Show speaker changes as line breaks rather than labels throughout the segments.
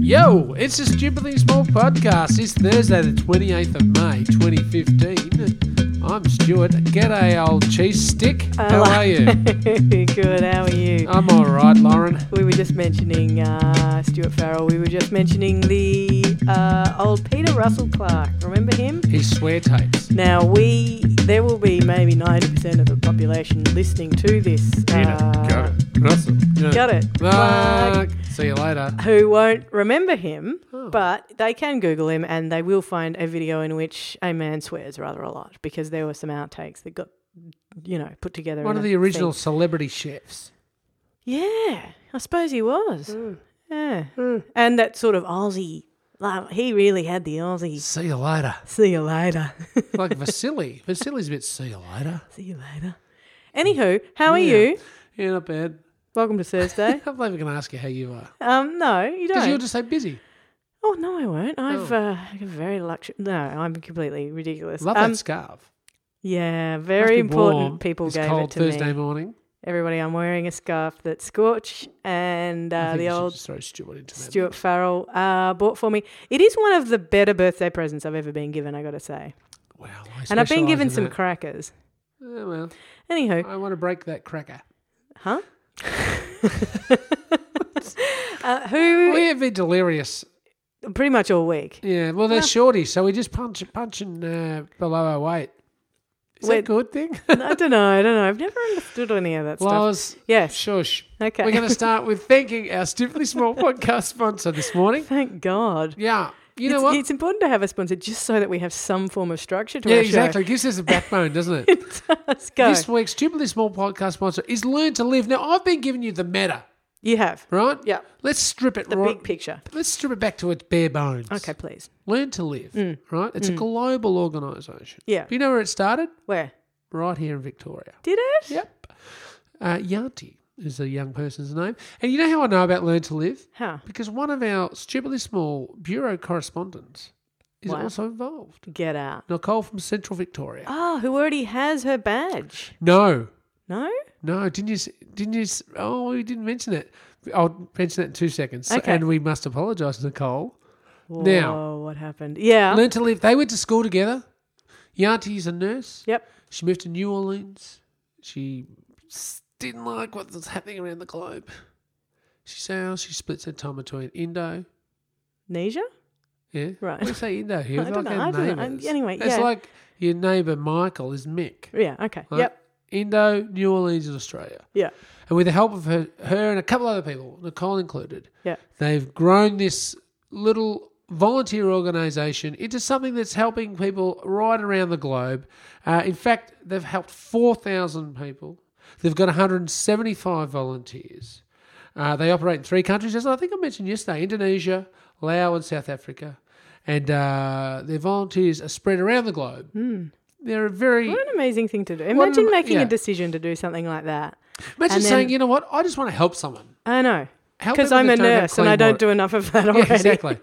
Yo, it's a Stupidly Small podcast. It's Thursday, the 28th of May, 2015. I'm Stuart. G'day, old cheese stick.
Uh,
How are you? Oh.
Good, how are you?
I'm all right, Lauren.
we were just mentioning uh, Stuart Farrell. We were just mentioning the uh, old Peter Russell Clark. Remember him?
His swear tapes.
Now we, there will be maybe ninety percent of the population listening to this. uh,
Russell.
Got it.
Clark. See you later.
Who won't remember him,
Oh.
but they can Google him and they will find a video in which a man swears rather a lot because there were some outtakes that got, you know, put together.
One
in
of
a
the original
thing.
celebrity chefs.
Yeah, I suppose he was.
Hmm.
Yeah. And that sort of Aussie. Like, he really had the Aussie.
See you later.
See you later.
Like Vasily. Vasily's a bit see you later.
See you later. Anywho, how are
Yeah.
you?
Yeah, not bad.
Welcome
I
to Thursday.
can't believe I can ask you how you are.
um, no, you
Because
don't.
you were just so busy.
Oh no, I won't. I've
Oh.
uh, got a very luxury. No, I'm completely ridiculous.
Love
um,
that scarf.
yeah,
Must
very
be
important.
warm.
People
it's
gave
cold
it to
Thursday
me.
morning.
Everybody, I'm wearing a scarf that's Scorch and
I
uh,
think
the
you should
old
just throw Stuart into that.
Stuart Farrell uh, bought for me. It is one of the better birthday presents I've ever been given. I got to say.
Wow,
And I've been given some
That.
crackers.
Oh, well,
Anywho,
I want to break that cracker.
huh? uh, who?
We have been delirious.
Pretty much all week.
Yeah, well, they're shorties, so we just punch punching uh, below our weight. Is that a
We're-
good thing?
I don't know. I don't know. I've never understood any of that stuff.
Laws,
Yes.
shush.
Okay.
We're going to start with thanking our Stiffly Small podcast sponsor this morning.
Thank God.
Yeah, you know
it's,
what?
it's important to have a sponsor just so that we have some form of structure to
yeah,
our
exactly. Gives us a backbone, doesn't it?
show. Let's go.
This week's Stupidly Small podcast sponsor is Learn to Live. Now, I've been giving you the meta,
you have.
right?
Yeah.
Let's strip it
The
right.
big picture.
Let's strip it back to its bare bones.
Okay, please.
Learn to Live,
Mm.
right? It's a global organisation.
Yeah.
Do you know where it started?
Where?
Right here in Victoria.
Did it?
Yep. Uh, Yanti is the young person's name. And you know how I know about Learn to Live?
Huh.
Because one of our stupidly small bureau correspondents is
Wow.
also involved.
Get out.
Nicole from Central Victoria.
Ah, who already has her badge?
No,
No?
no, didn't you? s- Didn't you? s- Oh, we didn't mention it. I'll mention it in two seconds.
Okay.
And we must apologise, Nicole.
Whoa,
Now.
what happened? Yeah.
Learn to Live. They went to school together. Yanti is a nurse.
Yep.
She moved to New Orleans. She s- didn't like what was happening around the globe. She says she splits her time between Indo.
Amnesia?
Yeah.
Right.
We say Indo here.
I
It's
don't
like
know,
our
I don't know.
neighbours.
Anyway,
It's
yeah.
like your neighbour Michael is Mick.
Yeah, okay.
right?
Yep.
Indo, New Orleans, and Australia.
Yeah.
And with the help of her, her and a couple other people, Nicole included,
Yeah.
they've grown this little volunteer organisation into something that's helping people right around the globe. Uh, in fact, they've helped 4,000 people. They've got 175 volunteers. Uh, they operate in three countries, as I think I mentioned yesterday Indonesia, Laos, and South Africa. And uh, their volunteers are spread around the globe. They're a very.
Hmm. What an amazing thing to do.
What an
Imagine
ama-
making
yeah.
a decision to do something like that.
Imagine
and then-
saying, you know what, I just want to help someone.
I know.
Help
Because
people
I'm
that
a
don't have
nurse and
clean
I don't
water.
do enough of that already.
Yeah, exactly.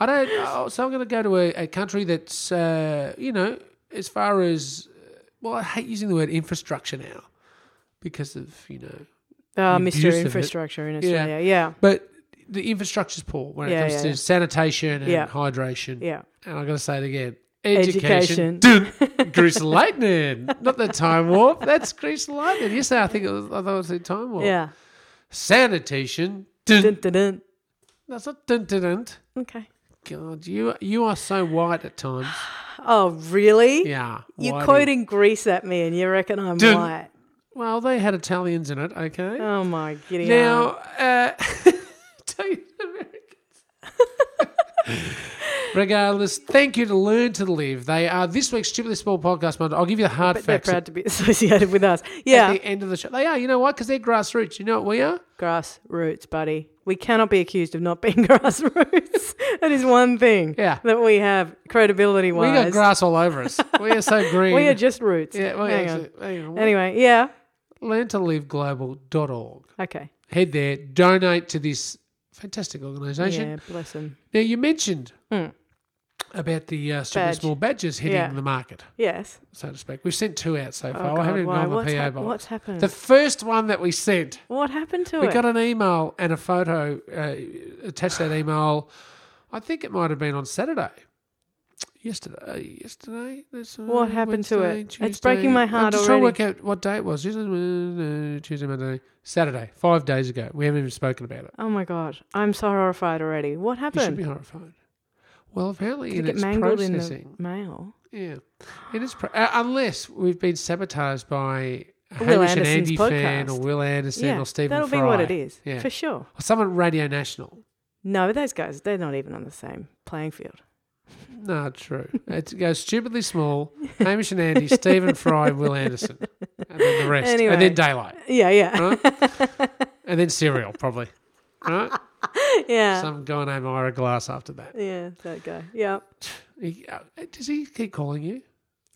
I don't. Oh, so I'm going to go to a, a country that's, uh, you know, as far as, uh, well, I hate using the word infrastructure now because of, you know,
Oh,
The
Mr.
abuse of it.
Infrastructure
Yeah.
in Australia. Yeah.
but the infrastructure's poor when
Yeah,
it comes
yeah,
to
yeah.
sanitation and
Yeah.
hydration.
Yeah.
And I'm going to say it again.
Education.
Education. Grease Lightning. Not the Time Warp. That's Grease Lightning. Yesterday, I think it was, I thought it was the Time Warp.
Yeah.
Sanitation. Dun.
Dun, dun, dun.
That's not dun, dun, dun.
Okay.
God, you, you are so white at times.
Oh, really?
Yeah.
You're
whitey.
quoting Greece at me and you reckon I'm
Dun.
white.
Well, they had Italians in it, okay?
Oh, my giddy
now,
aunt.
uh, Italian Americans. Regardless, thank you to Learn to Live. They are this week's Stupidly Small Podcast Monday. I'll give you the hard
But they're
facts
proud to be associated with us.
at
Yeah.
the end of the show. They are, you know what? Because they're grassroots. You know what we are?
Grassroots, buddy. We cannot be accused of not being grassroots. that is one thing
Yeah.
that we have credibility
We
wise.
got grass all over us. we are so green.
We are just roots.
yeah, well,
Hang on.
actually, hang on.
Anyway, yeah.
learntoliveglobal.org.
Okay.
Head there, donate to this fantastic organisation.
Yeah, bless them.
Now, you mentioned about the uh, Strictly
Hmm. Badge.
Small badges hitting
Yeah.
the market,
yes. Oh,
so to speak. We've sent two out so far. Oh, I
God,
haven't even
why?
gone on
What's
the PO
hap-
box.
what's happened?
The first one that we sent,
What happened to
we
it?
got an email and a photo uh, attached to that email. I think it might have been on Saturday. Yesterday, yesterday. That's, uh,
What happened to
Wednesday,
it? It's breaking my heart
I'm just trying to work out what day it was. Tuesday, Tuesday, Monday, Saturday. Five days ago. We haven't even spoken about it.
oh my god, I'm so horrified already. What
You should
happened?
be horrified. Well, apparently
Did
in
it get
its
mangled in
processing,
the mail?
Yeah, it is. Pro- uh, unless we've been sabotaged by a
Will
Hamish and
Anderson's
Andy fan or
podcast.
Will Anderson
yeah,
or Stephen
that'll
Fry.
be what it is
Yeah,
for sure.
or someone at Radio National.
No, those guys, they're not even on the same playing field.
No, true. it goes stupidly small. Hamish and Andy, Stephen Fry, Will Anderson, and then the rest,
Anyway.
and then daylight,
Yeah, yeah,
and then cereal probably. Right?
yeah,
Some guy named Ira Glass after that.
yeah. That guy. Yeah.
He, uh, does he keep calling you?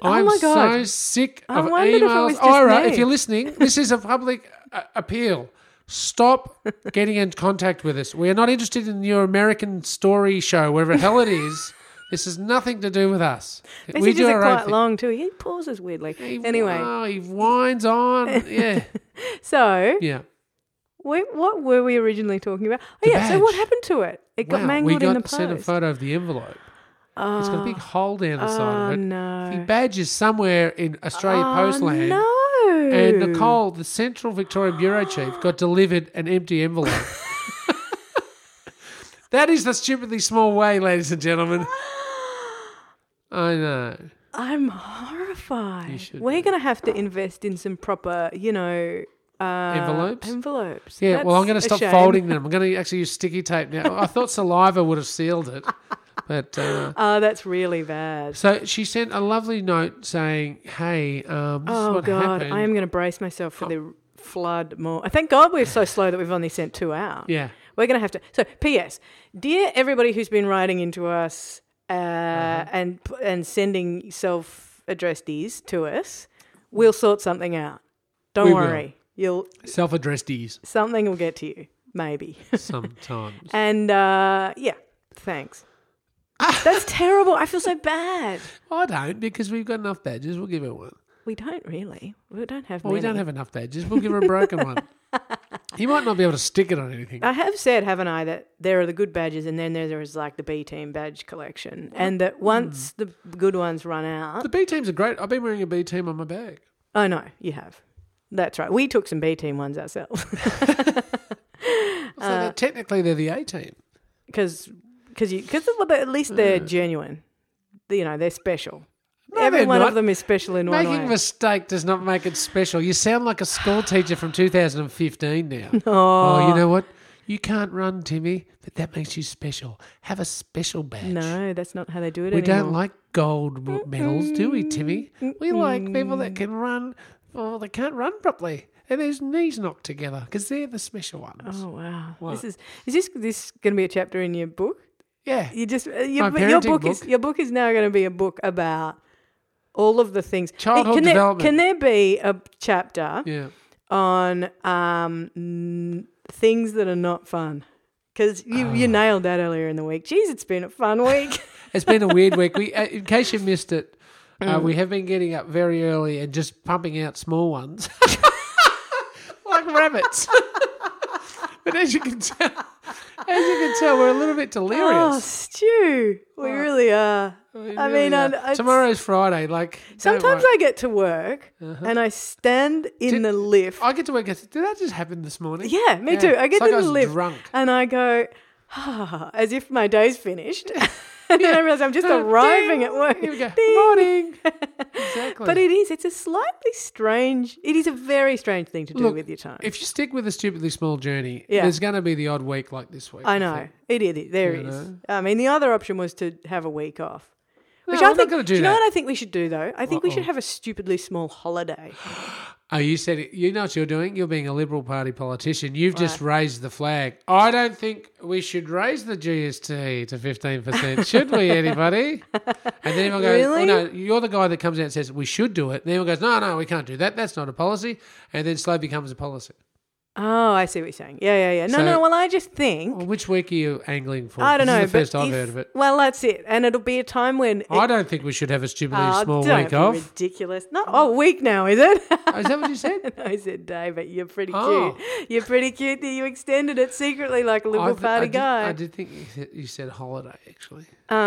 Oh
I'm
my God.
so sick
I
of
wondered if it
emails.
was just
Ira,
me.
if you're listening, this is a public uh, appeal. Stop getting in contact with us. We are not interested in your American story show, wherever the hell it is. This has nothing to do with us.
Messages
do our
are
own
quite
thing.
long too. He pauses weirdly.
He,
anyway,
oh, he winds on. Yeah,
so
yeah.
wait, what were we originally talking about? Oh, yeah. So
badge.
what happened to it? It got
wow,
mangled
we got
in the post.
sent a photo of the envelope. it's got a big hole down the
oh
side of it. The
no!
badge is somewhere in Australia
Oh,
Postland.
no!
And Nicole, the Central Victoria Bureau Chief, got delivered an empty envelope. that is the stupidly small way, ladies and gentlemen. I know.
I'm horrified.
You should
We're going to have to invest in some proper, you know, uh,
Envelopes?
Envelopes.
Yeah, well, I'm going to
That's a
stop
shame.
folding them. I'm going to actually use sticky tape now. I thought saliva would have sealed it. But uh,
Oh, that's really bad.
so she sent a lovely note saying, hey, um, this is
Oh
what
God,
happened. Oh.
I am going to brace myself for the flood. More. Thank God we're so slow that we've only sent two out.
yeah.
We're going to have to. So, P.S. Dear everybody who's been writing into us uh,
Mm-hmm.
and and sending self addressedees to us, we'll sort something out. Don't
We will.
worry, you'll
Self addressed ease
something will get to you, maybe.
sometimes.
and uh, yeah, thanks. That's terrible. I feel so bad.
I don't because we've got enough badges. We'll give her one.
We don't really. We don't have.
Well, we don't
many.
have enough badges. We'll give her a broken one. He might not be able to stick it on anything.
I have said, haven't I, that there are the good badges and then there is like the B team badge collection, and that once
Hmm.
the good ones run out,
The B teams are great. I've been wearing a B team on my bag.
oh no, you have. That's right. We took some B team ones ourselves
So
Uh,
they're, technically, they're the A team.
because because you because well, at least they're
Mm.
genuine. You know, they're special. Every
they're
one
not.
of them is special in one
Making
way.
a mistake does not make it special. You sound like a school teacher from 2015 now. Oh, you know what? You can't run, Timmy, but that makes you special. Have a special badge.
no, that's not how they do it
we
anymore.
don't like gold m- medals, do we, Timmy? We like people that can run, or they can't run properly, and their knees knocked together because they're the special ones.
Oh wow! This is is this this going to be a chapter in your book?
Yeah.
You just uh, your,
My
but your
parenting
book, is
book.
your book is now going to be a book about all of the things
Childhood
can there,
development.
Can there be a chapter
Yeah.
on um, n- things that are not fun? Because you, you
Ah.
nailed that earlier in the week. Jeez, it's been a fun week.
It's been a weird week. We, uh, in case you missed it, uh,
Mm.
we have been getting up very early and just pumping out small ones like rabbits. but as you can tell, as you can tell, we're a little bit
oh,
delirious.
Stu, we
Ah.
really are.
We
Oh, I
really
mean, I-
are.
it's-
tomorrow's Friday. Like don't
Sometimes
worry. Uh-huh.
I get to work and I stand in
Did-
the lift.
I get to work. I think, Did that just happen this morning?
yeah, me
Yeah,
too. I
it's
get
like
in
I
the
was
lift
drunk.
and I go, "Ah," as if my day's finished. and then I realize I'm just arriving at work.
Ah, Here we go.
Ding.
Morning. exactly.
But it is. It's a slightly strange. It is a very strange thing to do
Look,
with your time.
if you stick with a stupidly small journey,
Yeah.
there's going to be the odd week like this week.
I know it is. There
You
is.
know?
I mean, the other option was to have a week off. Which
No, I'm
I
not
think,
gonna do
you know
that.
what I think we should do though? I think we should
Uh-oh.
have a stupidly small holiday.
Oh, you said it. You know what you're doing? You're being a Liberal Party politician. You've just raised the flag. I don't think we should raise the GST to 15%, should we, anybody? And then everyone goes,
Really?
oh, no, you're the guy that comes out and says, we should do it. And everyone goes, no, no, we can't do that. That's not a policy. And then slowly becomes a policy.
Oh, I see what you're saying. Yeah, yeah, yeah. No,
So-
no. Well, I just think
Well, which week are you angling for?
I don't know.
This is the
but
first I've
if-
heard of it.
Well, that's it, and it'll be a time when.
Oh, I don't think we should have a stupidly
Oh,
small
don't
week
be
off. Oh,
Ridiculous. No, oh, week now is it?
Is that what you said?
I said, David, you're pretty
Oh.
cute. You're pretty cute that you extended it secretly like a Liberal
I- I
Party
did,
guy.
I did think you said, you said holiday actually.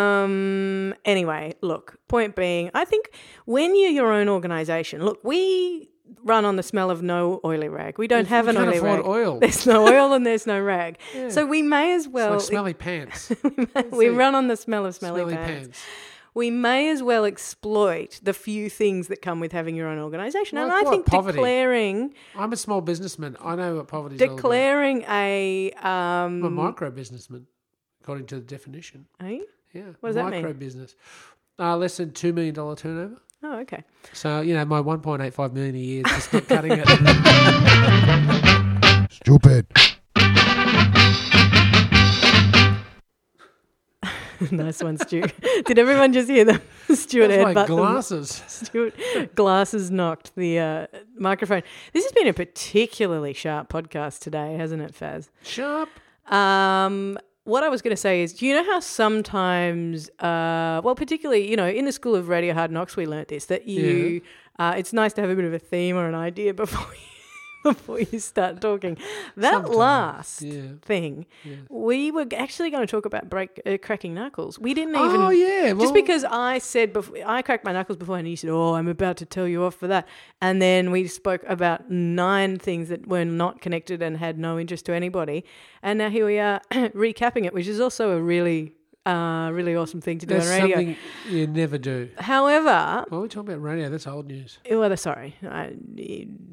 Um. Anyway, look. Point being, I think when you're your own organisation, look, we run on the smell of no oily rag. We don't have
we
an
can't
oily
afford
rag.
oil.
There's no oil and there's no rag. So we may as well.
like smelly pants.
we
it.
run on the smell of smelly,
smelly
pants.
pants.
We may as well exploit the few things that come with having your own organisation. and
Like
I
what?
think
Poverty.
declaring
I'm a small businessman. I know what poverty is all
declaring a
about. I'm a
um.
micro businessman, according to the definition.
eh?
Yeah.
What does that mean?
micro business. Uh, less than $2 million turnover.
Oh, okay.
So, you know, my 1.85 million a year is just not cutting it.
Stupid.
nice one, Stu. Did everyone just hear them? Stuart
That's my
headbutt them.
glasses.
Stuart glasses knocked the uh, microphone. This has been a particularly sharp podcast today, hasn't it, Faz?
Sharp.
Um, what I was going to say is, do you know how sometimes, uh, well, particularly, you know, in the school of Radio Hard Knocks, we learnt this that you, uh, it's nice to have a bit of a theme or an idea before you, before you start talking. That
Sometimes,
last
yeah.
thing, we were actually going to talk about break, uh, cracking knuckles. We didn't even.
Oh, yeah. Well,
Just because I said before, I cracked my knuckles before, and you said, "Oh, I'm about to tell you off for that," and then we spoke about nine things that were not connected and had no interest to anybody, and now here we are recapping it, which is also a really, uh, really awesome thing to do
that's
on radio.
something you never do.
However,
Why are we talking about radio? That's old news.
well, sorry, uh,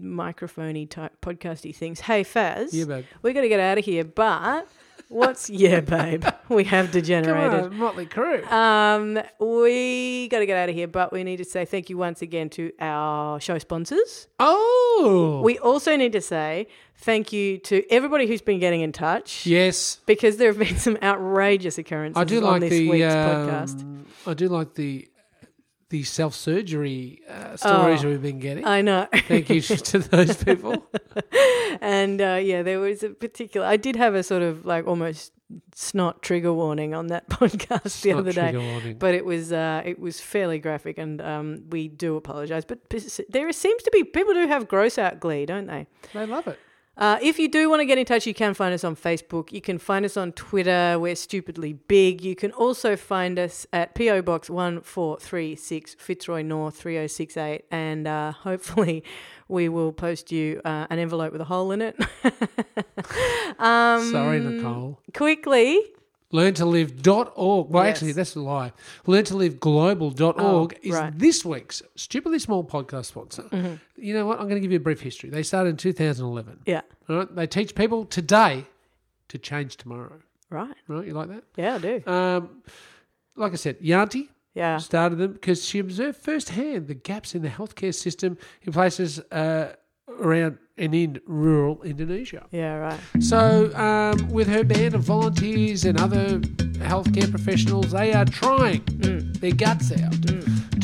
microphony type podcasty things. Hey, Faz,
Yeah, babe.
we got to get out of here, but. What's yeah, babe? We have
Come
degenerated.
on, Motley Crue.
Um, we got to get out of here, but we need to say thank you once again to our show sponsors.
oh.
We also need to say thank you to everybody who's been getting in touch
yes.
because there have been some outrageous occurrences
I do
on
like
this
the
week's
um,
podcast.
I do like the the self surgery uh, stories we've been getting.
Oh. I know.
Thank you to those people.
and uh, yeah, there was a particular. I did have a sort of like almost snot trigger warning on that podcast the
Not
other day.
trigger warning.
but it was uh, it was fairly graphic, and um, we do apologise. But there seems to be people do have gross out glee, don't they?
they love it.
Uh, if you do want to get in touch, you can find us on Facebook. You can find us on Twitter. We're stupidly big. You can also find us at PO Box one four three six Fitzroy North three zero six eight, and uh, hopefully we will post you uh, an envelope with a hole in it. um,
Sorry, Nicole.
Quickly,
LearnToLive.org. Well,
Yes. Oh,
actually, that's a lie. LearnToLiveGlobal.org org is
right. Mm-hmm.
this week's Stupidly Small podcast sponsor. You know what? I'm going to give you a brief history. They started in 2011.
yeah,
All right? They teach people today to change tomorrow.
right,
Right? You like that?
yeah, I do,
Um, like I said, Yanti
yeah,
started them because she observed firsthand the gaps in the healthcare system in places uh, around and in rural Indonesia.
yeah, right,
So, um, with her band of volunteers and other healthcare professionals, they are trying
Mm.
their guts out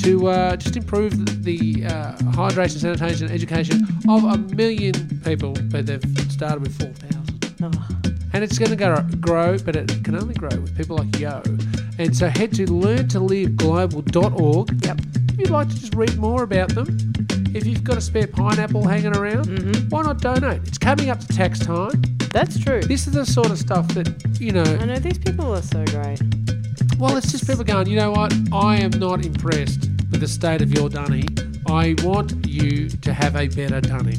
to uh, just improve the uh, hydration, sanitation, and education of a million people, but they've started with 4,000.
Oh.
And it's going to grow, but it can only grow with people like Yo. And so head to learntoliveglobal.org.
Yep.
If you'd like to just read more about them, if you've got a spare pineapple hanging around,
Mm.
why not donate? It's coming up to tax time.
mm-hmm. that's true.
This is the sort of stuff that, you know,
I know these people are so great.
well, it's just people going, you know what? I am not impressed with the state of your dunny. I want you to have a better dunny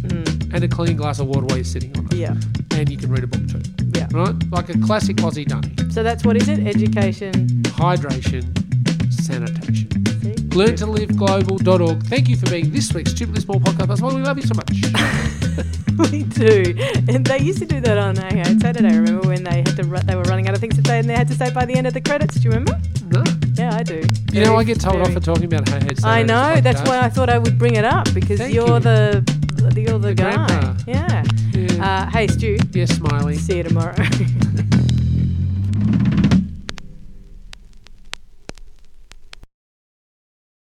and a clean glass of water while you're sitting on it.
Mm. Yeah,
And you can read a book too.
Yeah.
Right? Like a classic Aussie dunny.
so that's what is it? Education.
Hydration, sanitation.
See?
LearnToLiveGlobal.org. Thank you for being this week's Stupidly Small Podcast. That's why we love you so much.
We do, and they used to do that on AA Saturday. Remember when they had to ru- they were running out of things to say, and they had to say by the end of the credits. Do you remember?
no.
Yeah, I do.
You know, I get told
Very-
off for talking about how heads.
I know. That's why I thought I would bring it up because
Thank
you're
you.
the you're the, guy.
grandpa.
Yeah.
Yeah.
Uh, hey, Stu.
yeah, Smiley.
See you tomorrow.